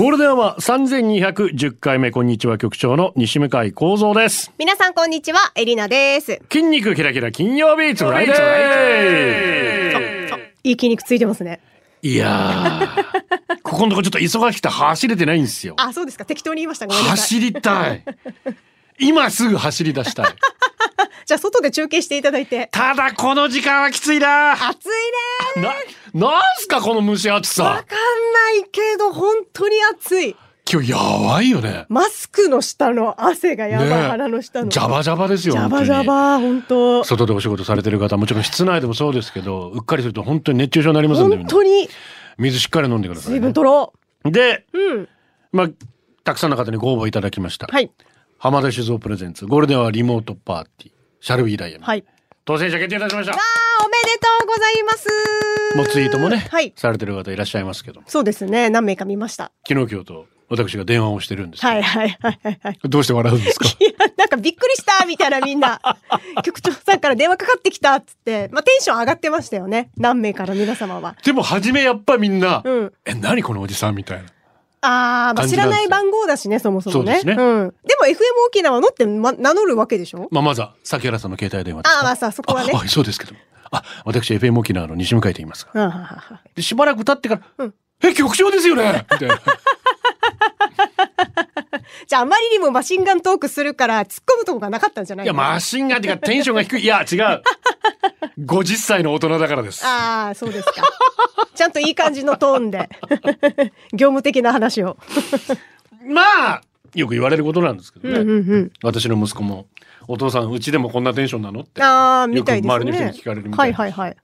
ゴールデンは三千二百十回目こんにちは局長の西向井光三です。皆さんこんにちは、エリナです。筋肉キラキラ金曜日トライデいい筋肉ついてますね。ー。いやー、ここのとこちょっと忙しくて走れてないんですよ。あ、そうですか。適当に言いました。ごめんなさい。走りたい。今すぐ走り出したい。じゃあ外で中継してい ただいて。ただこの時間はきついな。な、暑いねー。なんすかこの蒸し暑わさ。かんないけど本当に暑い。今日やばいよね。マスクの下の汗がやばい。ねえ鼻の下の。ジャバジャバですよ。ジャ本当バにジャバ本当。外でお仕事されてる方もちろん室内でもそうですけどうっかりすると本当に熱中症になりますんで本当に水しっかり飲んでください、ね水分、取ろで、う。うん。まあ、たくさんの方にご応募いただきました、はい。浜田酒造プレゼンツゴールデンはリモートパーティーシャルビーダイヤル、はい。当選者決定いたしましたあーおめでとうございます。もうツイートもね、はい。されてる方いらっしゃいますけどそうですね。何名か見ました。昨日今日と私が電話をしてるんですけど、はいはいはいはいはい。どうして笑うんですかいや、 なんかびっくりしたみたいなみ んな。局長さんから電話かかってきたっつって、まあテンション上がってましたよね。何名から皆様は。でも初めやっぱみんな、うんえ何このおじさんみたいなあー、まあ感じ知なんらですよない番号だしね、そもそもね。そうですねん。でも FM 沖縄のって、ま、名乗るわけでしょまあまずは崎原さんの携帯電話ですかあー、まあさ、そこはねあ。はいそうですけどあ私 FM 沖縄の西向井と言いますがうんはははでしばらく経ってから「うんえ局長ですよね!」みたいなじゃああまりにもマシンガントークするから突っ込むとこがなかったんじゃないいやマシンガンっていうかテンションが低いいや違う50歳の大人だからですああ、そうですか。ちゃんといい感じのトー ンで。業務的な話を。まあよく言われることなんですけどね、私の息子も「お父さんうちでもこんなテンションなの?」ってああ、よみくた周いですね。りの人に聞かれるみたはいいな、はいはい。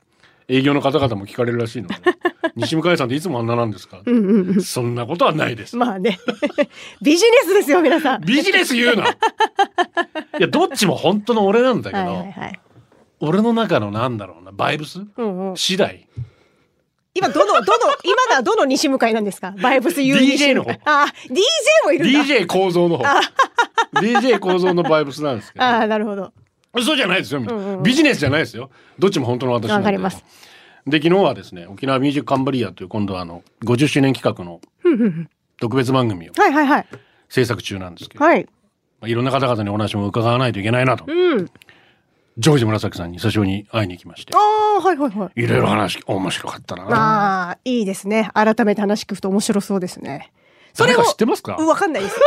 営業の方々も聞かれるらしい ので西向井さんっていつもあんななんですか、そんなことはないですまあね。 ビジネスですよ、皆さん。ビジネス言うないやどっちも本当の俺なんだけど、はいはいはい。俺の中のなんだろうなバイブス、うんうん次第今どのどの今のはどの西向かいなんですか？バイブスユー DJ の方あー、DJ もいるんだ。 DJ 構造の方 DJ 構造のバイブスなんですけああ、どなるほど。そうじゃないですよ、みんなうんうんビジネスじゃないですよどっちも本当の私なんわでかりますで昨日はですね沖縄ミュージックカンブリアという今度はあの50周年企画の特別番組をはいはいはい制作中なんですけど、いはい。まあ、いろんな方々にお話も伺わないといけないなと、うん。ジョージ紫さんに久しぶりに会いに行きましてああ、はいはいはい。いろいろ話面白かったなああ、いいですね。改めて話聞くと面白そうですね。誰か知ってますかうんわかんない です。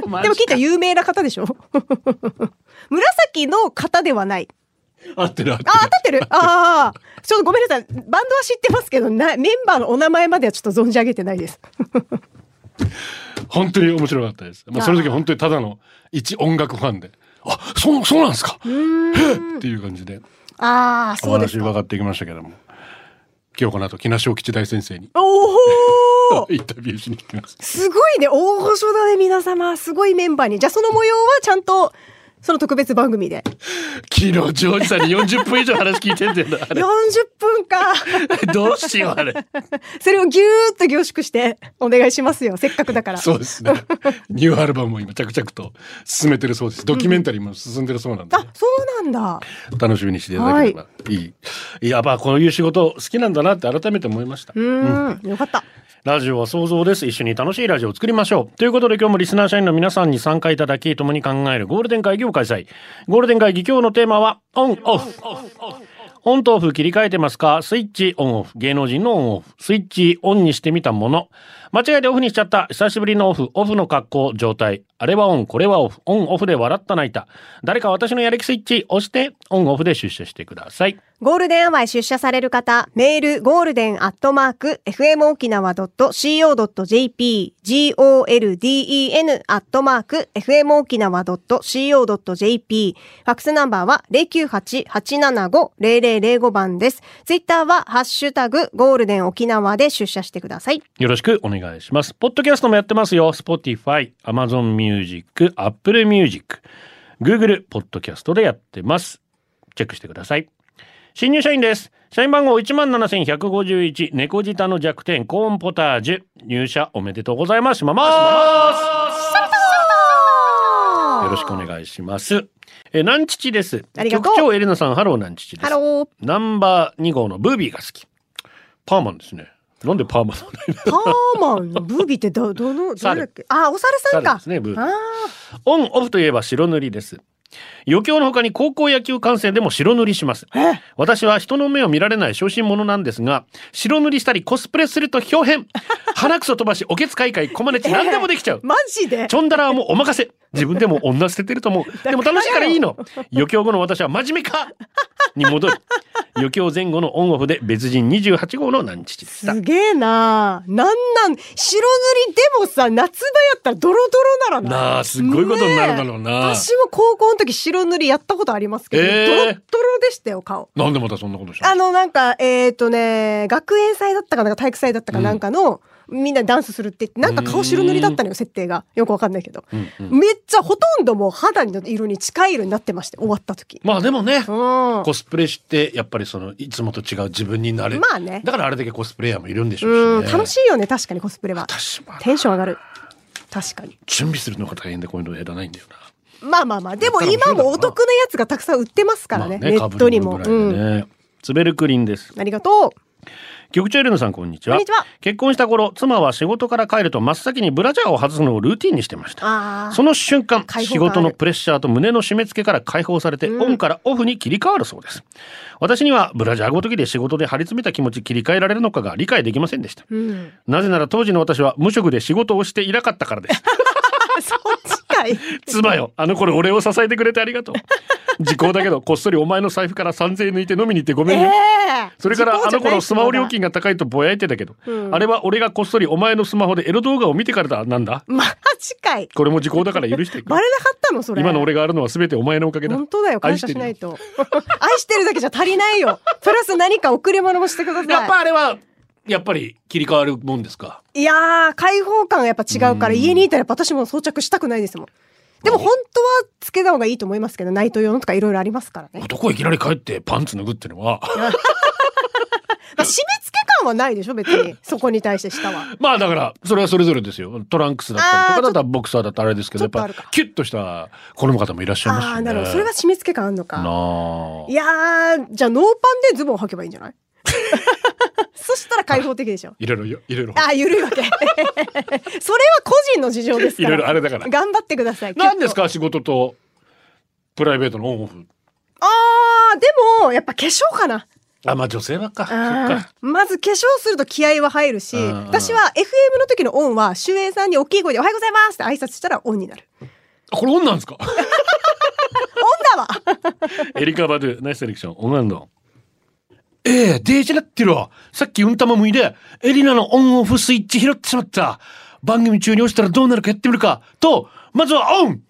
でも聞いたら有名な方でしょ 紫の方ではない。合ってる合ってるあ、当 たってる。ああ、ちょっとごめんなさい。バンドは知ってますけど、なメンバーのお名前まではちょっと存じ上げてないです。本当に面白かったです。まあ、その時本当にただの一音楽ファンで。あ、そう、そうなんですか。へえっていう感じで、ああ、おそうです話か。伺っていきましたけども。今日この後、木梨小吉大先生におおインタビューしに行きます。すごいね大御所だね皆様すごいメンバーにじゃあその模様はちゃんとその特別番組で昨日、ジョージさんに40分以上話聞いてんだよな。あ 40分か れ、 どうしよう、あれ。それをぎゅーっと凝縮してお願いしますよせっかくだからそうですね。ニューアルバムも今、着々と進めてるそうです。ドキュメンタリーも進んでるそうなんで、あそうなんだ楽しみにしていただければいい。いや、まあ、こういう仕事好きなんだなって改めて思いました。うーんよかったラジオは想像です。一緒に楽しいラジオを作りましょう。ということで今日もリスナー社員の皆さんに参加いただき、共に考えるゴールデン会議を開催。ゴールデン会議今日のテーマは、オン、オフ。オンとオフ切り替えてますかスイッチオンオフ。芸能人のオンオフ。スイッチオンにしてみたもの。間違えてオフにしちゃった。久しぶりのオフ。オフの格好、状態。あれはオン、これはオフ。オン、オフで笑った泣いた。誰か私のやる気スイッチ押して、オン、オフで出社してください。ゴールデンアワーへ出社される方、メール、ゴールデンアットマーク、fmokinawa.co.jp、golden アットマーク、fmokinawa.co.jp、ファックスナンバーは098-875-0005番です。ツイッターは、ハッシュタグ、ゴールデン沖縄で出社してください。よろしくお願いします。ポッドキャストもやってますよ。Spotify、Amazon Music、Apple Music、 Google ポッドキャストでやってます。チェックしてください。新入社員です。社員番号17,151、猫舌の弱点、コーンポタージュ。入社おめでとうございます。しまます。よろしくお願いします。え、ナンチチです。ありがとう局長エレナさん、ハローナンチチです。ハロー。ナンバー2号のブービーが好き。パーマンですね。なんでパーマンなんだよパーマンのブービーってど、どの、どれだっけあ、お猿さん猿か。ですね、ブービーあーオンオフといえば白塗りです。余興の他に高校野球観戦でも白塗りします。私は人の目を見られない小心者なんですが、白塗りしたりコスプレすると表変。鼻くそ飛ばし、おけつかいかい、こまね ち何でもできちゃう。マジでチョンダラはもうお任せ。自分でも女捨ててると 思う。でも楽しいからいいの。余興後の私は真面目かに戻る。余興前後のオンオフで別人28号の何父でしたす。げえななんなん、白塗りでもさ、夏場やったらドロドロならないなあ、すっごいことになるだろうな。私も高校の時白塗りやったことありますけど、えードロッドロでしたよ、顔。なんでまたそんなことしたあのの、なんか、えっ、ー、とね、学園祭だったかなんか体育祭だったかなんかの、みんなでダンスするって言って、なんか顔白塗りだったのよ、設定が。よくわかんないけど。めっちゃほとんどもう肌の色に近い色になってまして、終わった時。まあでもね、うん。まコスプレしてやっぱりそのいつもと違う自分になれる、あね。だからあれだけコスプレイヤーもいるんでしょう、うんし、ね、楽しいよね、確かにコスプレは。私はテンション上がる。確かに。準備するのが大変でこういうのやらないんだよなまあまあまあ、でも今もお得なやつがたくさん売ってますからね、まあネットにも。被るものうん。ぐらいでねつべるクリンですありがとう。局長エレナさんこんにちはこんにちは結婚した頃妻は仕事から帰ると真っ先にブラジャーを外すのをルーティンにしてましたあその瞬間解放仕感ある事のプレッシャーと胸の締め付けから解放されて、オンからオフに切り替わるそうです私にはブラジャーごときで仕事で張り詰めた気持ち切り替えられるのかが理解できませんでしたあ。うん。なぜなら当時の私は無職で仕事をしていなかったから です。あ、そっちか い。妻よ、あの頃俺を支えてくれてありがとう。時効だけど、こっそりお前の財布から3000円抜いて飲みに行ってごえめんえね。ー。それからあの頃スマホ料金が。が高いとぼやいてたけど、うんあれは俺がこっそりお前のスマホでエロ動画を見てからだ、なんだマジかい。これも時効だから許してくれバレなかったのそれ。今の俺があるのは全てお前のおかげだ。本当だよ感謝しないと愛してるだけじゃ足りないよ プラス何か贈り物もしてくだ愛してるやっさぱあれは、やっぱり切り替わるもんですか。いいやー開放感がやっぱ違うから家にいたらやっぱ私も装着したくないですもんでも本当はつけた方がいいと思いますけどナイト用のとかいろいろありますからね、男がいきなり帰ってパンツ脱ぐってのは、まあ、締め付け感はないでしょ別にそこに対して下はまあだから、それはそれぞれですよ。トランクスだったりとかだったらボクサーだったらあれですけど、ちやょっっとあぱるか、キュッとした、この方もいらっしゃいますよあね。あーなるほどそれが締め付け感あんのかないやーじゃあノーパンでズボン履けばいいんじゃない そしたら開放的でしょいろいろよ、いろいろ。あー、ゆるいわけ。それ は個人の事情ですから。いろいろあれだから頑張ってください。何ですきっとか仕事と、プライベートのオンオフ。あー、でも、やっぱ化粧かな。あ、まあ女性ばっか。そっうんか。まず化粧すると気合は入るし、うんうん私は FM の時のオンは、周英さんに大きい声でおはようございますって挨拶したらオンにな る。あこれオンなんですかオンだわエリカ・バドゥ、ナイスセレクション、オンランド。ええデイジェラッティロ。さっきうんたまむいで、エリナのオンオフスイッチ拾ってしまった。番組中に落ちたらどうなるかやってみるか。と、まずはオン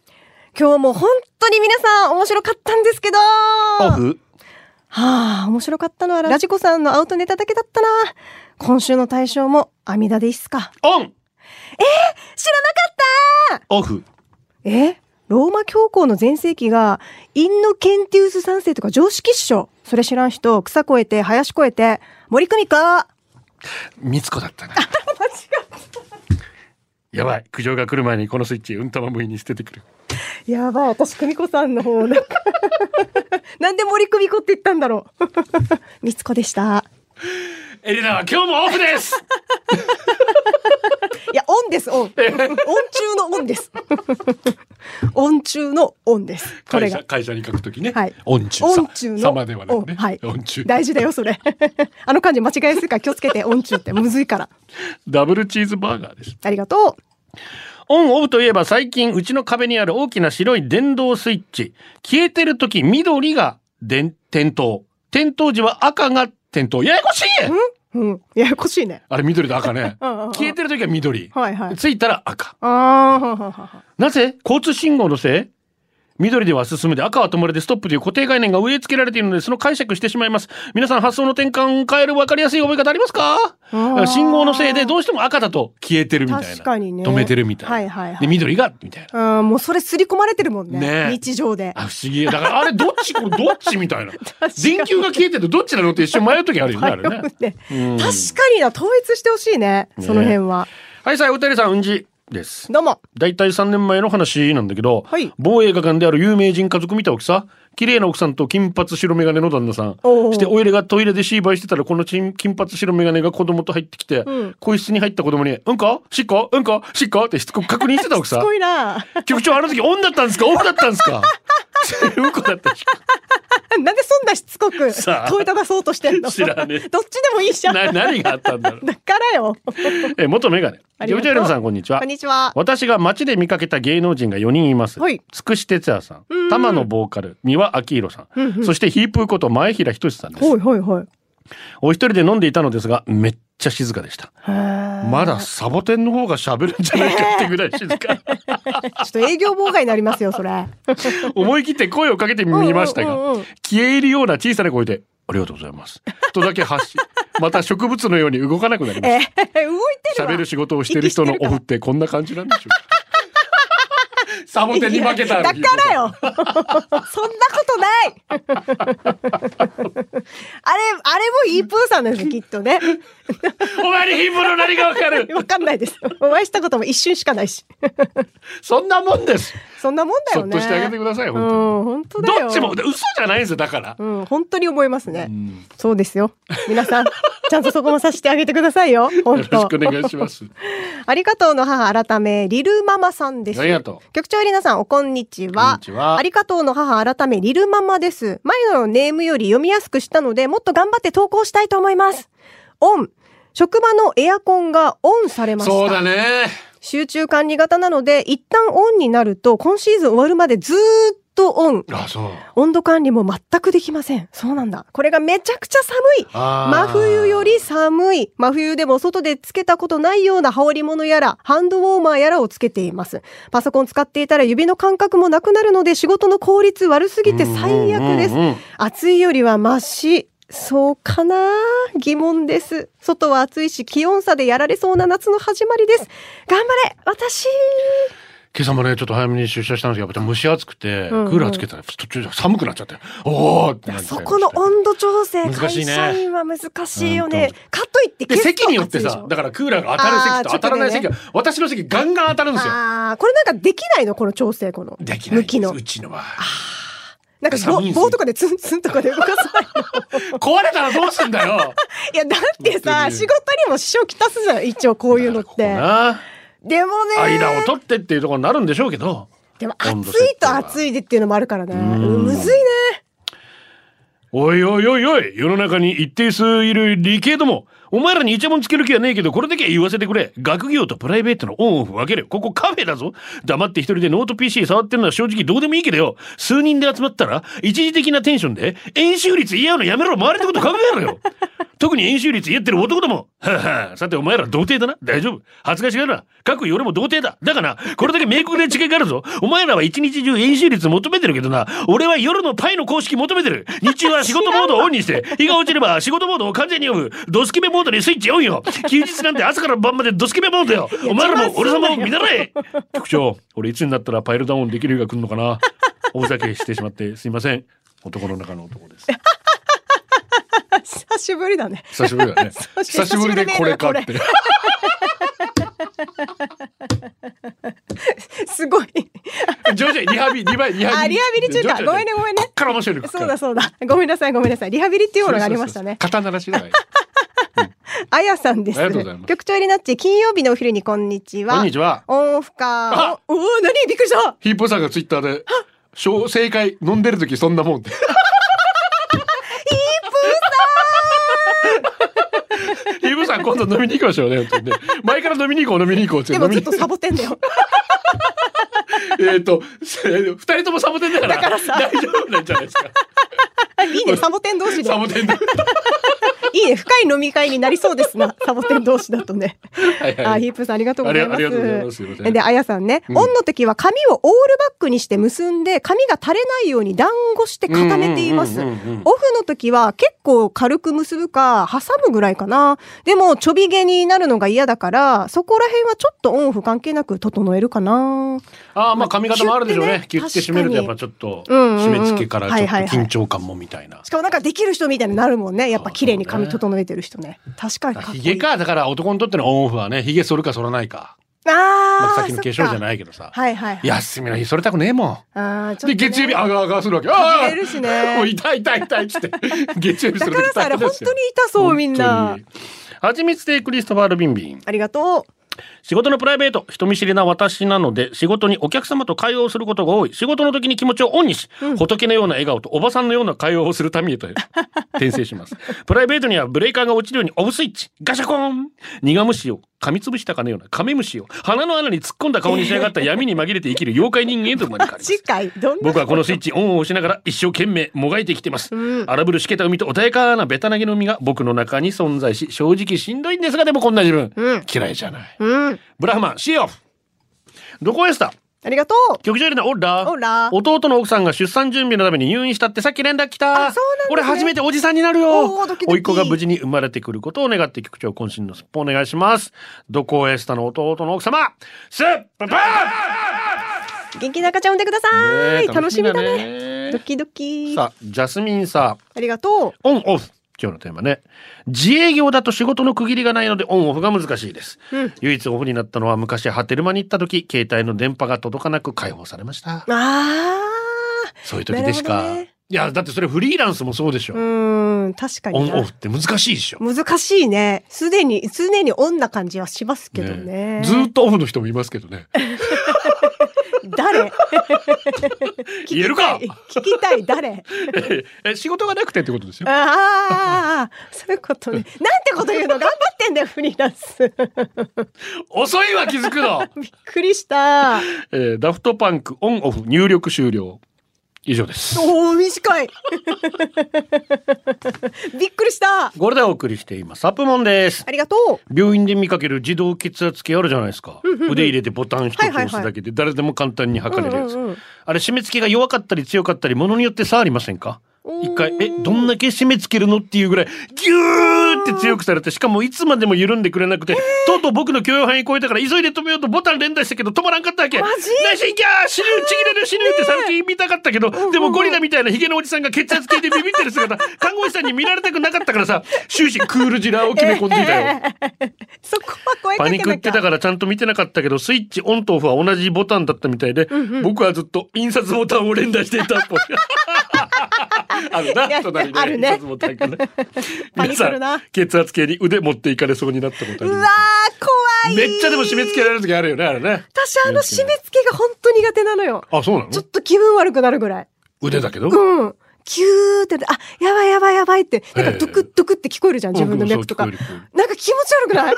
今日も本当に皆さん面白かったんですけどオフはあ、面白かったのはラジコさんのアウトネタだけだったな。今週の大賞も阿弥陀でいいっすか。オン知らなかったオフ。えローマ教皇の全盛期が、インノケンティウス三世とか常識っしょ。それ知らん人、草越えて、林越えて、森久美子間違みつこだったな。っやばい。苦情が来る前にこのスイッチ、うんたまむいに捨ててくる。た。やばい、私、久美子さんの方、 なんか。なんで森久美子って言ったんだろう。 みつこでした。エリナは今日もオフですいや、オンで す、オン。オン中のオンです。オン中のオンです。 これ会が社。会社に書くときね。はい。音中さ。音中の。様ではなくね。おはい。音中。大事だよ、それ。 あの漢字間違えするから気をつ けて、音中ってむずいから。ダブルチーズバーガーです。ありがとう。オンオフといえば最近うちの壁にある大きな白い電動スイッチ。消えてるとき緑が電点灯。点灯時は赤が点灯。ややこしいうん。ややこしいね。あれ緑と赤ね。うんうんうん消えてるときは緑。はいはい。ついたら赤。ああ、なぜ交通信号のせい緑では進むで赤は止まるでストップという固定概念が植え付けられているのでその解釈してしまいます皆さん発想の転換を変える分かりやすい覚え方ありますかー信号のせいでどうしても赤だと消えてるみたいな確かにね止めてるみたいな、はいはいはいで緑がみたいなうんもうそれ刷り込まれてるもんねねえ日常であ不思議だからあれどっちこれどっちみたい な電球が消えててどっちなのって一瞬迷う時あるよねあれ ねねうん確かにな統一してほしいねその辺ははいさあおたりさんうんじですどうも大体3年前の話なんだけど、はい某映画館である有名人家族見た奥さん綺麗な奥さんと金髪白眼鏡の旦那さんおーしておいれがトイレでシーバイしてたらこのちん金髪白眼鏡が子供と入ってきて、うん個室に入った子供に「うんこしっこうんこしっこ?」ってしつこく確認してた奥すさんごいな局長あの時オンだったんですかオフだったんですか うんこだ ったしなんでそんなしつこくさあ問いたがそうとしてんの知らねえ どっちでもいいじゃんな何があったんだろうだからよえ元メガネあジりョブがとジうャイルムさんこんにちはこんにちは私が街で見かけた芸能人が4人います。はいつくし哲也さんう、ん玉野ボーカル、三輪明宏さん、うんうんそしてヒープーこと前平仁さんですほ。いほいほいお一人で飲んでいたのですが、めっちゃ静かでした。ままだサボテンの方が喋るんじゃないかってぐらい静 か。ちょっと営業妨害になりますよそ れ思い切って声をかけてみましたうんがうんうん、消え入るような小さな声で、ありがとうございます。とだけ発し、また植物のように動かなくなりまえしー動いてるた。わ喋る仕事をしてる人のオフってこんな感じなんでしょう か。サボテンに負けた。だからよ そんなことない あれ、あれもイープーさ んですよ、きっとね。お前に貧乏の何がわか るわかんないです。お会いしたことも一瞬しかないし。そんなもんです。そんなもんだそよっね。としてあげてください、うん、本本当当だに。よ。どっちも、。嘘じゃないんですよ、だから。うん、本当に思いますね。そうですよ。皆さん、ちゃんとそこもさせてあげてくださいよ。よ本ろし当。くお願いします。 ありがとうの母改め、リルママさんです。ありがと局長エリナさん、おこんにちは。こんにちはありがとうの母改め、リルママです。前のネームより読みやすくしたので、もっと頑張って投稿したいと思います。オン。職場のエアコンがオンされました。そうだね。集中管理型なので、一旦オンになると、今シーズン終わるまでずーっとオン。あ、そう。温度管理も全くできません。そうなんだ。これがめちゃくちゃ寒い。真真冬よ。り寒い。真冬でも外でつけたことないような羽織物やら、ハンドウォーマーやらをつけています。パソコン使っていたら指の感覚もなくなるので仕事の効率悪すぎて最悪ですうんうんうん。暑いよりはマシ。そうかな疑問です。外は暑いし気温差でやられそうな夏の始まりです。頑張れ私今朝もね、ちょっと早めに出社したんですけど、やっぱ蒸し暑くて、クうんうんーラーつけたら途中で寒くなっちゃって、おおってなっちゃそいましたこの温度調整、難会しいね社員は難しいよね本。かといってで、消すと席によって暑いでしさょ、だからクーラーが当たる席とあー当たらない席が、私の席ガンガン当たるんですよ。ああ、これなんかできないのこの調整、この。できない向きです。のう。ちのは。なんか寒いんで棒すよ棒とかでツンツンとかで動かさないの。壊れたらどうすんだよ。いや、だって本当さ、に仕事にも支障きたすじゃん、一応こういうのっここて。な。でもね、間を取ってっていうところになるんでしょうけど。でも温度暑設い定とは暑いでっていうのもあるからね。んむずいね。おいおいおいおい、世の中に一定数いる理系ども、お前らにイチャモンつける気はねえけど、これだけは言わせてくれ。学業とプライベートのオンオフ分ける。ここカフェだぞ。黙って一人でノート PC 触ってるのは正直どうでもいいけどよ。数人で集まったら、一時的なテンションで、演習率言い合うのやめろ、周りのこと考えろよ。特に演習率言ってる男ども。 ははさてお前ら童貞だな。大丈夫。恥ずかしがるな。各俺も童貞だ。だから、これだけ明確な違いがあるぞ。お前らは一日中演習率求めてるけどな。俺は夜のパイの公式求めてる。日中は仕事モードをオンにして、日が落ちれば仕事モードを完全にオフ。ドスケベモードにスイッチオンよ。休日なんて朝から晩までドスケベモードよ。お前らも俺様を見習え。局長、俺いつになったらパイルダウンできる日が来るのかな。おふざけしてしまってすいません。男の中の男 です。久しぶりだね。久しぶりだ ね。そう久しぶりでこれかっ久しぶてり。すごい。徐々にリハビリ、リハ ビリ。あ、リハビリ中か。ごめんね、ごめんこねっ。から面白い。そうだ、そうだ。ごめんなさい、ごめんなさい。リハビリっていうものがありましたね。肩鳴らしだね。あやさんです。ありがとうございます局長になっち、金曜日のお昼にこんにちは。こんにちはオンオフかあ。おおー、何びっくりした。ヒープーさんがツイッター で、小正解飲んでる時そんなもんって。ヒープーさん。ヒープーさん今度飲みに行きましょうね。本当にね前から飲みに行こう飲みに行こうってで飲もみずにっ とサボテンだよ。 えっと、せ二人ともサボテンだから。大丈夫なんじゃないですか。いいね、サボテン同士でサ。ボテンだ。いいね、深い飲み会になりそうで すな、サボテン同士だとね。はいはあ、い。ヒープさんありがとうございます。ありありがとうございますすいませんで、あやさんね、んオンの時は髪をオールバックにして結んで、髪が垂れないように団子して固めています。うオんうフんうんうんうんの時は結構軽く結ぶか、挟むぐらいかな。でも、ちょび毛になるのが嫌だから、そこら辺はちょっとオンオフ関係なく整えるかな。ああ、まあ髪型もあるでしょうね。キキュュッッててね締めるとやっぱちょっと、うんうんうん締め付けからちょっとはいはいはい緊張感もみたいな。しかもなんかできる人みたいになるもんね。やっぱ綺麗に髪そうだね整えてる人ね。確かにかっこいヒい。ゲか、だから男にとってのオンオフはね、ヒゲ剃るか剃らないか。まああ、あ。さっきの化粧じゃい。ないけどさ。はいはいはい。休みの日剃りたくねえもああ、ちん。ょっとで、ね月曜日、あがあがするわけ。かあじれるしねあ もう痛い痛い痛いっ つって。月曜日すだるからさ、あれ本当に痛そう、みんな。。はちみつでクリストファール・ビンビン。ありがとう。仕事のプライベート、人見知りな私なので、仕事にお客様と会話をすることが多い。仕事の時に気持ちをオンにし、仏のような笑顔とおばさんのような会話をするためにと 転生します。プライベートにはブレーカーが落ちるようにオブスイッチ、ガシャコーン苦虫を噛みつぶしたかのようなカメムシを鼻の穴に突っ込んだ顔に仕上がった闇に紛れて生きる妖怪人間へと生まれ変わり ます次。回、どんな僕はこのスイッチオンを押しながら一生懸命もがいてきてます、荒ぶるしけた海と穏やかなベタなぎの海が僕の中に存在し正直しんどいんですがでもこんな自分、うん嫌いじゃないうん。ブラフマンシーオフどこへしたありがとう。局長よりのオラオラ弟の奥さんが出産準備のために入院したってさっき連絡来あたそうなんですね俺初めておじさんになるよおードキドキ甥っ子が無事に生まれてくることを願って局長渾身のすっぽお願いしますどこへしたの弟の奥様すっぽん元気な赤ちゃん産んでください。楽しみだね。ドキドキ。あさあジャスミンさんりがとオンオフ今日のテーマね自営業だと仕事の区切りがないのでオンオフが難しいです、うん唯一オフになったのは昔ハテルマに行った時携帯の電波が届かなく解放されましたう。あそういう時でなしるか、ほどねいやだってそれフリーランスもそうでしょ、あ。うん、確かオにンオなフ。って難しいでしょ、難しいね。すでに、すでにオンな感じはしますけどね。ずーっとオフの人もいますけど ね誰 言えるか聞きたい、 誰え仕事がなくてってことですよああ、そういうことね。なんてこと言うの頑張ってんだよ、フリーランス。 遅いわ気づくの、びっくりした。えーダフトパンクオンオフ入力終了以上ですおお、短い。 びっくりした。これでお送りしていますサプモンですありがと病院で見かける自動血圧計あるじゃないですか、腕入れてボタン一つはいはいは押いすだけで誰でも簡単に測れるやつ、うんうんうんあれ締め付けが弱かったり強かったりものによって差ありませんか一回えどんだけ締め付けるのっていうぐらいギューって強くされてしかもいつまでも緩んでくれなくてとうとう僕の許容範囲超えたから急いで止めようとボタン連打したけど止まらんかったわけマジ内心ギャー死ぬちぎれる死ぬって最近見たかったけど、でもゴリラみたいなヒゲのおじさんが血圧計でビビってる姿看護師さんに見られたくなかったからさ終始クールジラを決め込んでいたよう。そこは声かけなパニきゃ。クってたからちゃんと見てなかったけどスイッチオンとオフは同じボタンだったみたいで、僕はずっと印刷ボタンを連打していたっぽい あるいやな隣あるにね印刷ボタンがね パニクるな皆さん血圧計に腕持っていかれそうになったことありうまわー、す怖い。めっちゃでも締め付けられる時あるよねあれね私あの締め付けが本当苦手なのよ。あそうなのちょっと気分悪くなるぐらい。腕だけど、うん。キューって、あ、やばいやばいやばいって、なんかドクッドクって聞こえるじゃん、自分の脈とか。うんなんうんかそう聞こえる聞こ気持ち悪くない あ、もう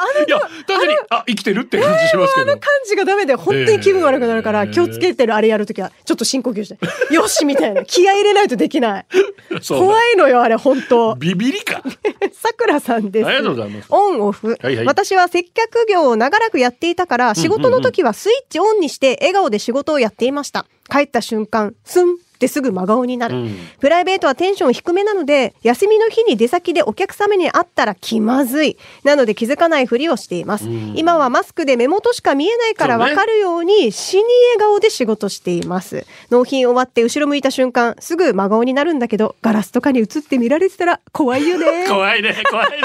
あのいや確かにあ生きてるって感じしますけど、感じがダメで、本当に気分悪くなるかえら、ー気をつけてるあれやるときは、ちょっと深呼吸して、よしみたいな。気合い入れないとできない。 そう怖いのよ、あれ、本当ビビりか さくらさんです。ありがとうございますオンオフ、はいはい私は接客業を長らくやっていたから、仕事の時はスイッチオンにして笑顔で仕事をやっていました。帰った瞬間、スンってすぐ真顔になる。うんプライベートはテンション低めなので、休みの日に出先でお客様に会ったら気まずい。なので気づかないふりをしています。今はマスクで目元しか見えないからそうねわかるように、死に笑顔で仕事しています。納品終わって後ろ向いた瞬間、すぐ真顔になるんだけど、ガラスとかに映って見られてたら怖いよね。 怖いね怖いね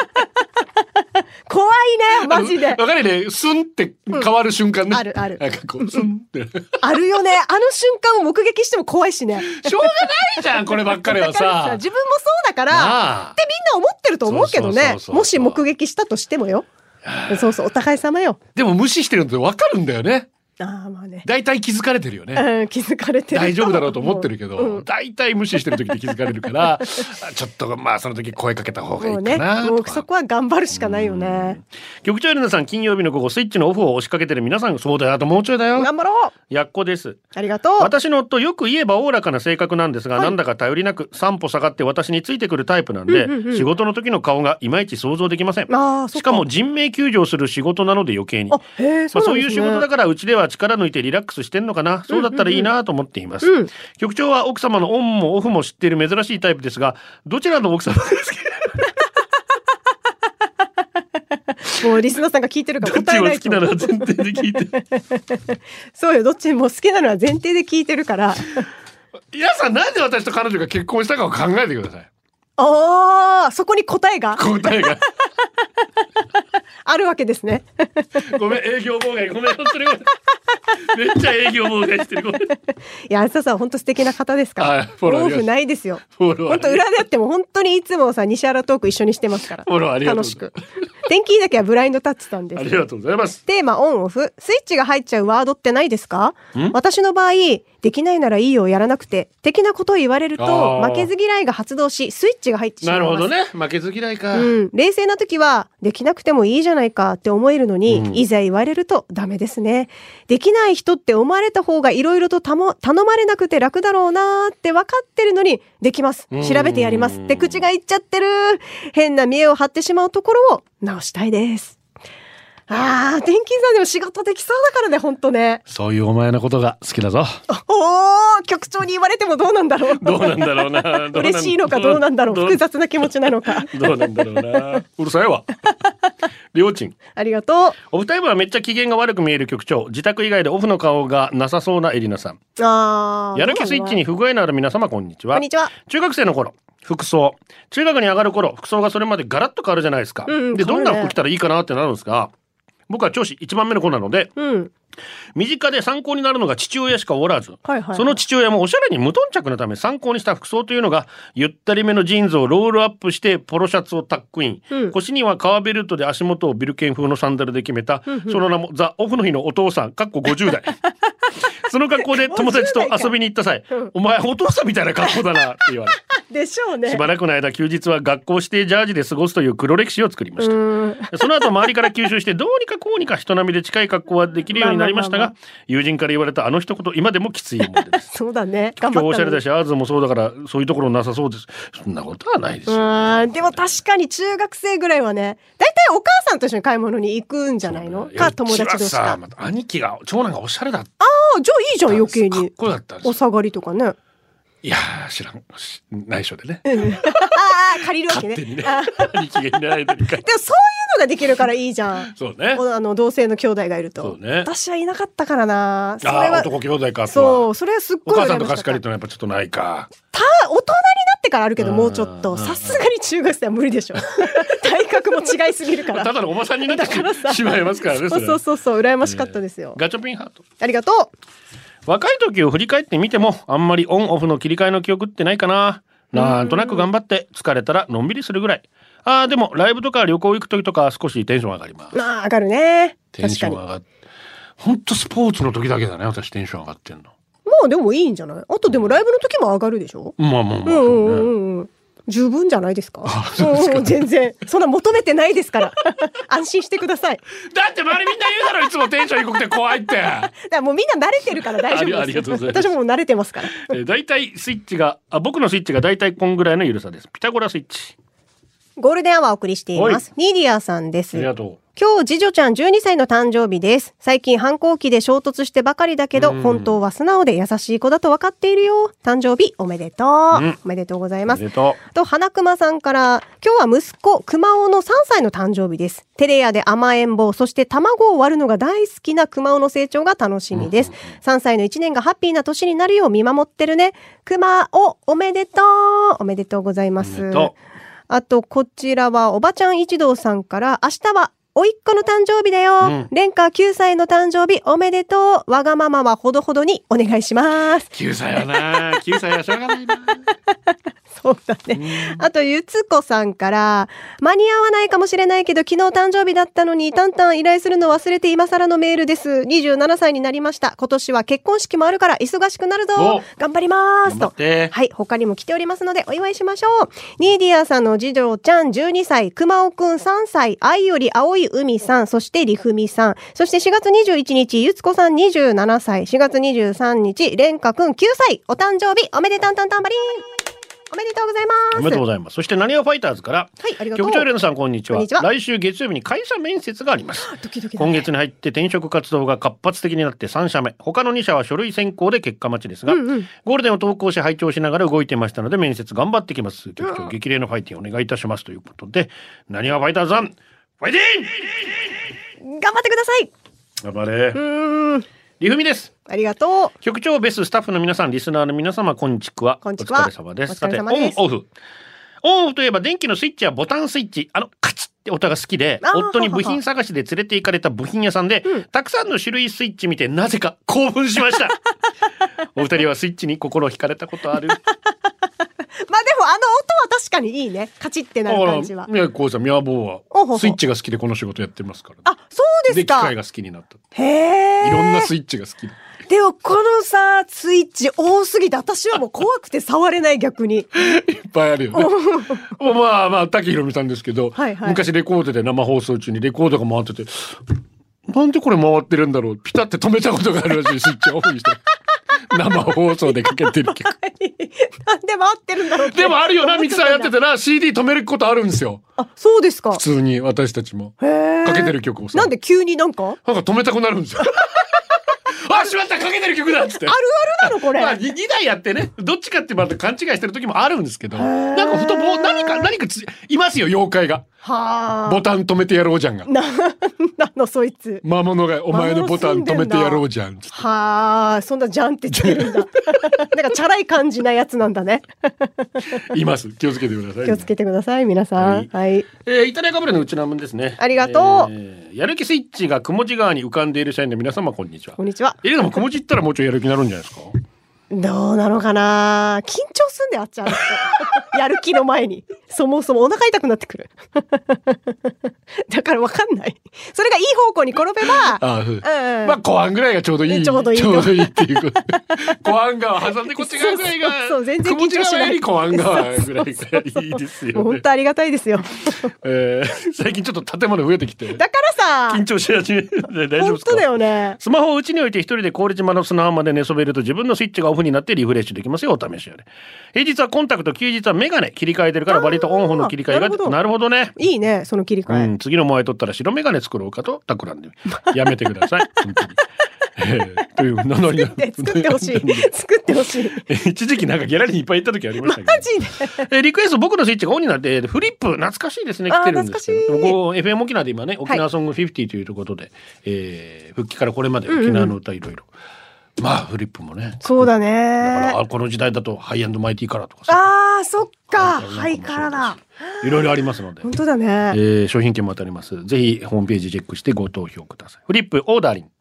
怖いね、マジでわ。かるよね。スンって変わる瞬間ね。うんあるあるなんかこう、スンって。しょうあるよね。あの瞬間を目撃しても怖いしね。がないじゃん、こればっかりは だからささ。自分もそうだから、なあってみんな思ってると思うけどそうそうそねう。そうもし目撃したとしてもよ。そうそう、お互い様よ。でも無視してるのってわかるんだよね。ああまあね、大体気づかれてるよね。うん、気づかれてる大丈夫だろうと思ってるけもど、う大体無視してる時って気づかれるから、あちょっとまあその時声かけた方がいいかもうねなもとうそか。こは頑張るしかないよね局長エレナさん金曜日の午後スイッチのオフを押しかけてる皆さんそうだよあともうちょいだよ頑張ろうやっこですありがとう私の夫よく言えばおおらかな性格なんですが、なんだか頼りなく三歩下がって私についてくるタイプなんで、うんうんうん仕事の時の顔がいまいち想像できませんああそっしかも人命救助をする仕事なので余計にあへえそまあ、うなんそうでいうす仕ね事だからうちでは力抜いてリラックスしてんのかなそうだったらいいなと思っています、うん局長は奥様のオンもオフも知っている珍しいタイプですがどちらの奥様ですかもうリスナーさんが聞いてるからどっち答えもな好いきとなのは前提で聞い てそうよどっちも好きなのは前提で聞いてるから皆さんなんで私と彼女が結婚したかを考えてください。ああそこに答えが答えが。 あるわけですねごめん営業妨害ごめん本当にごめんめっちゃ営業妨害して るごめんいやあずささん本当素敵な方ですかはいらフォローあオりがとうフないですよフォローあり本が当とう裏であっても本当にいつもさ西原トーク一緒にしてますからフォローありがとう楽ござしいますく天気いいだけはブラインドタッチさんであすりがとうございます。テーマオンオフスイッチが入っちゃうワードってないですか私の場合できないならいいよやらなくて的なことを言われるとあー負けず嫌いが発動しスイッチが入ってしまないるますほどね。負けず嫌いか。うん、冷静な時はできなくてもいいじゃないかって思えるのに、いざ言われるとダメですねできない人って思われた方がいろいろとたも頼まれなくて楽だろうなーって分かってるのにできます調べてやりますって口が言っちゃってる変な見栄を張ってしまうところを直したいですあー天気さんでも仕事できそうだからねほんとねそういうお前のことが好きだぞ。おー局長に言われてもどうなんだろうどうなんだろうなどうなん嬉しいのかどうなんだろうど複雑な気持ちなのかどうなんだろうなうるさいわ。りょうちんありがとうお二人はめっちゃ機嫌が悪く見える局長自宅以外でオフの顔がなさそうなエリナさんあーやる気スイッチに不具合のある皆様こんにちはこんにちは中学生の頃服装中学に上がる頃服装がそれまでガラッと変わるじゃないですか、うんうんで変どわんるねな服着たらいいかなってなるんですが僕は長子一番目の子なのでうん身近で参考になるのが父親しかおらず、はいはいはいその父親もおしゃれに無頓着のため参考にした服装というのがゆったりめのジーンズをロールアップしてポロシャツをタックイン、うん腰には革ベルトで足元をビルケン風のサンダルで決めた、その名もザ・オフの日のお父さんかっこ50代 その格好で友達と遊びに行った際「うんお前お父さんみたいな格好だな」って言われでしょうね。しばらくの間休日は学校指定ジャージで過ごすという黒歴史を作りましたう。んその後周りから吸収してどうにかこうにか人並みで近い格好はできるようになりましたまあがま友人から言われたあの一言今でもきつい思い出ですそうだね。頑今日張おっしゃたれのだにしアーズもそうだからそういうところなさそうですそんなことはないですようんでも確かに中学生ぐらいはね、大体お母さんと一緒に買い物に行くんじゃないのいやか友達同うち士はか。あさまた兄貴が長男がおしゃれだったあ、じゃあいいじゃん余計かっに。こよかったんですおよ下がりとかね。あいやー知らんし内緒でねあー、借りるわけ勝ね。手に ねあー兄貴がいない間に買いでもそういうのができるからいいじゃん。そうねおあの同性の兄弟がいるとそ。うね私はいなかったからな。それあーは。男兄弟かそうう、それはすっおごい母羨さんとましか貸しっ借りった。てのはやっぱちょっとないかた大人になってからあるけどもうちょっうとんさすがに中学生は無理でしょ 体格も違いすぎるからただのおばさんになっだてからさしまいますからねそそうれそうそうそう羨ましかったですよ、ガチャピンハートありがと若い時を振り返ってみてもあんまりオンオフの切り替えの記憶ってないかななんとなく頑張って疲れたらのんびりするぐらいあーでもライブとか旅行行く時とか少しテンション上がりますうまあ上がるねテン確ショかンに上もがってほんとスポーツの時だけだね私テンション上がってんのうでもいいんじゃないあとでもライブの時も上がるでしょまあまあまあ、うんうんうねんうん十分じゃないですうかですかうんうん全然そんな求めてないですから 安心してくださいだって周りみんな言うだろいつもテンション低くて怖いって だからもうみんな慣れてるから大丈夫ですありありがとうございます私ももう慣れてますからえー、大体スイッチがあ僕のスイッチが大体こんぐらいの緩さですピタゴラスイッチゴールデンアワーお送りしていますニーディアさんですありがと今日次女ちゃん12歳の誕生日です最近反抗期で衝突してばかりだけど本当は素直で優しい子だと分かっているよ誕生日おめでとう、んおめでとうございうまあすりがとと花熊さんから今日は息子熊尾の3歳の誕生日ですテレアで甘えん坊そして卵を割るのが大好きな熊尾の成長が楽しみです3歳の1年がハッピーな年になるよう見守ってるね熊尾おめでとうおめでとうございまおめすでとあとこちらはおばちゃん一同さんから明日はおいっ子の誕生日だよ、うんレンカ9歳の誕生日おめでとうわがままはほどほどにお願いします9歳はな9歳はしょうがないな そうだね。あと、ゆつこさんから、間に合わないかもしれないけど、昨日誕生日だったのに、タンタン依頼するの忘れて今更のメールです。27歳になりました。今年は結婚式もあるから忙しくなるぞお。頑張ります。頑張とっ。てはい、他にも来ておりますので、お祝いしましょう。ニーディアさんの次女ちゃん12歳、熊尾くん3歳、愛より青い海さん、そしてりふみさん、そして4月21日、ゆつこさん27歳、4月23日、れんかくん9歳、お誕生日、おめでたんたんたんばりんおめでとうございます。おめでとうございざいます。そして、なにわファイターズから、はいありがとう局長エレナさん、こんにちは。こんにちは来週月曜日に会社面接があります。ます。ドキドキだ今ね月に入って転職活動が活発的になって3社目他の2社は書類選考で結果待ちですが、うんうんゴールデンを投稿し拝聴しながら動いてましたので面接頑張ってきます局長激励のファイティンお願いいたしますということでなにわファイターズさんファイテ頑張ってくださいィン頑張れうーん、りふみですありがとう。局長ベススタッフの皆さんリスナーの皆様こんちくわこんちくわお疲れ様ですお疲れ様ですさてオンオフオンオフといえば電気のスイッチやボタンスイッチあのカチッって音が好きであー夫に部品探しで連れて行かれた部品屋さんで、たくさんの種類スイッチ見てなぜか興奮し ましたお二人はスイッチに心惹かれたことあるまあでもあの音は確かにいいね。カチってなる感じだはか。ら宮城こうさんミャーボおほーほはスイッチが好きでこの仕事やってますから、あ、そうでです機か。械が好きになった、へえ。いろんなスイッチが好きだでもこのさスイッチ多すぎて私はもう怖くて触れない 逆にいっぱいあるよ ね。まあまあ、滝ひろみさんですけど、はいはい昔レコードで生放送中にレコードが回ってて、なんでこれ回ってるんだろうピタって止めたことがあるらしい、スイッチオフに して。生放送でかけてる曲。なんで回ってるんだろうってでもあるよな、ミキサーやってたたら CD 止めることあるんですよ。あそうですか普通に私たちも。へえかけてる曲をさ。なんで急になんかなんか止めたくなるん ですよ。あ、しまったかけてる曲だっつって。あるあるなのこれ、まあ、2台やってねどっちかってまた勘違いしてる時もあるんですけどなんかふとぼう何か何かついますよ妖怪がはあボタン止めてやろうじゃんがな のそいつ魔物がお前のボタン止めてやろうじゃんつってはあそんなじゃんって言ってるんだ なんかチャラい感じなやつなんだねいます気をつけてください気をつけてください皆さんはい、えー、イタリアかぶれのうちなむんですねありがとうえーやる気スイッチがくもじ川に浮かんでいる社員の皆様こんにちはこんにちはえでもくもじ行ったらもうちょいやる気になるんじゃないですかどうなのかな緊張すん であっちゃうやる気の前に。そもそもお腹痛くなってくる。 だからわかんない。それがいい方向に転べば、ああそううんうんまあ後半ぐらいがちょうどいいちょうどいいちょうどいいっていうこと後半側挟んでこっち側ぐらいがそうそう全然緊張しないくもじ側より後半側ぐらいがいいですもうよ本ね当ありがたいです よ。えー最近ちょっと建物増えてきてだから緊張し始めるんで大さ、丈夫本ですか当だよね。スマホを家に置いて一人で氷島の砂浜で寝そべると自分のスイッチがオフになってリフレッシュできますよお試しあれ平日はコンタクト休日はメガネ切り替えてるから割とオンオフの切り替えながるほどなるほどねいいね、その切りう替え。ん、次の前取ったら白メガネ作ろうかと企んでやめてください本当に、えーという名乗りので作ってほし い。作ってほしい。一時期なんかギャラリーにいっぱい行った時ありまマしたジけでど、。えーリクエスト僕のスイッチがオンになってえーフリップ懐かしいですねあー来てるんですけど懐かしいこう FM 沖縄で今ね沖縄ソング50ということで、えー復帰からこれまで沖縄の歌いろいろ、まあフリップもねそうだだからね。あこの時代だとハイアンドマイティからとかさああ、そっか。なんかはいからだ。いろいろありますので本、当だえね。ー商品券も当たりますぜひホームページチェックしてご投票くださいフリップオーダーリン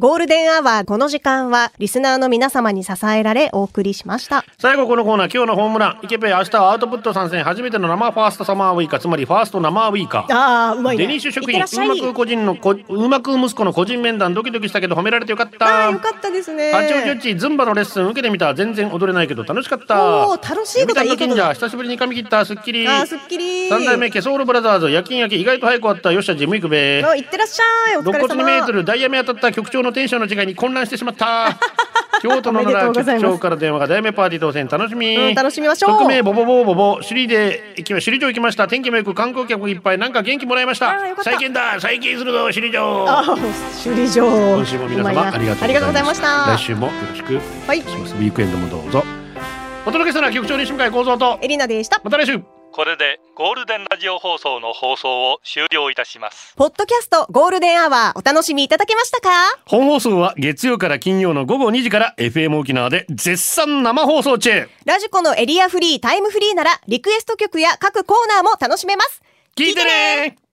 ゴールデンアワー、この時間は、リスナーの皆様に支えられ、お送りしました。最後このコーナー今日のホームランイケペイ明日はアウトプット参戦初めての生ファーストサマーウイカつまりファースト生ウイカああ、うまい、ね。デニッシュ職い員ってらっしゃいうまく個人のこうまく息子の個人面談ドキドキしたけど褒められてよかったああ、よかったですね。八王子よっちズンバのレッスン受けてみた全然踊れないけど楽しかったおー楽しいことはいいことだ読谷の神社久しぶりに髪切ったすっきりああ、すっきり。三代目ケソールブラザーズ夜勤明け意外と早く終わったよっしゃジム行くべあ、いってらっしゃい。お疲れ様。肋骨2メートルダイヤ目当たった局長のテンションの違いに混乱してしまった 京都のおめでとう奈ご良ざい局ます長から電話がダイヤ目パーティー当選楽しみ、うん楽しみましょう匿名ボボボボボボ首里で行き首里城行きました天気もよく観光客いっぱいなんか元気もらいましあーよかたった再建だ再建するぞ首里あ城あ、首里城。今週も皆うまい様なありがとうございました来週もよろしくはお願いい。しますウィークエンドもどうぞお届けしたのは局長西向井光三とエリナでした。また来週これでゴールデンラジオ放送の放送を終了いたしますポッドキャストゴールデンアワーお楽しみいただけましたか本放送は月曜から金曜の午後2時から FM 沖縄で絶賛生放送中ラジコのエリアフリー、タイムフリーならリクエスト曲や各コーナーも楽しめます。聞いてね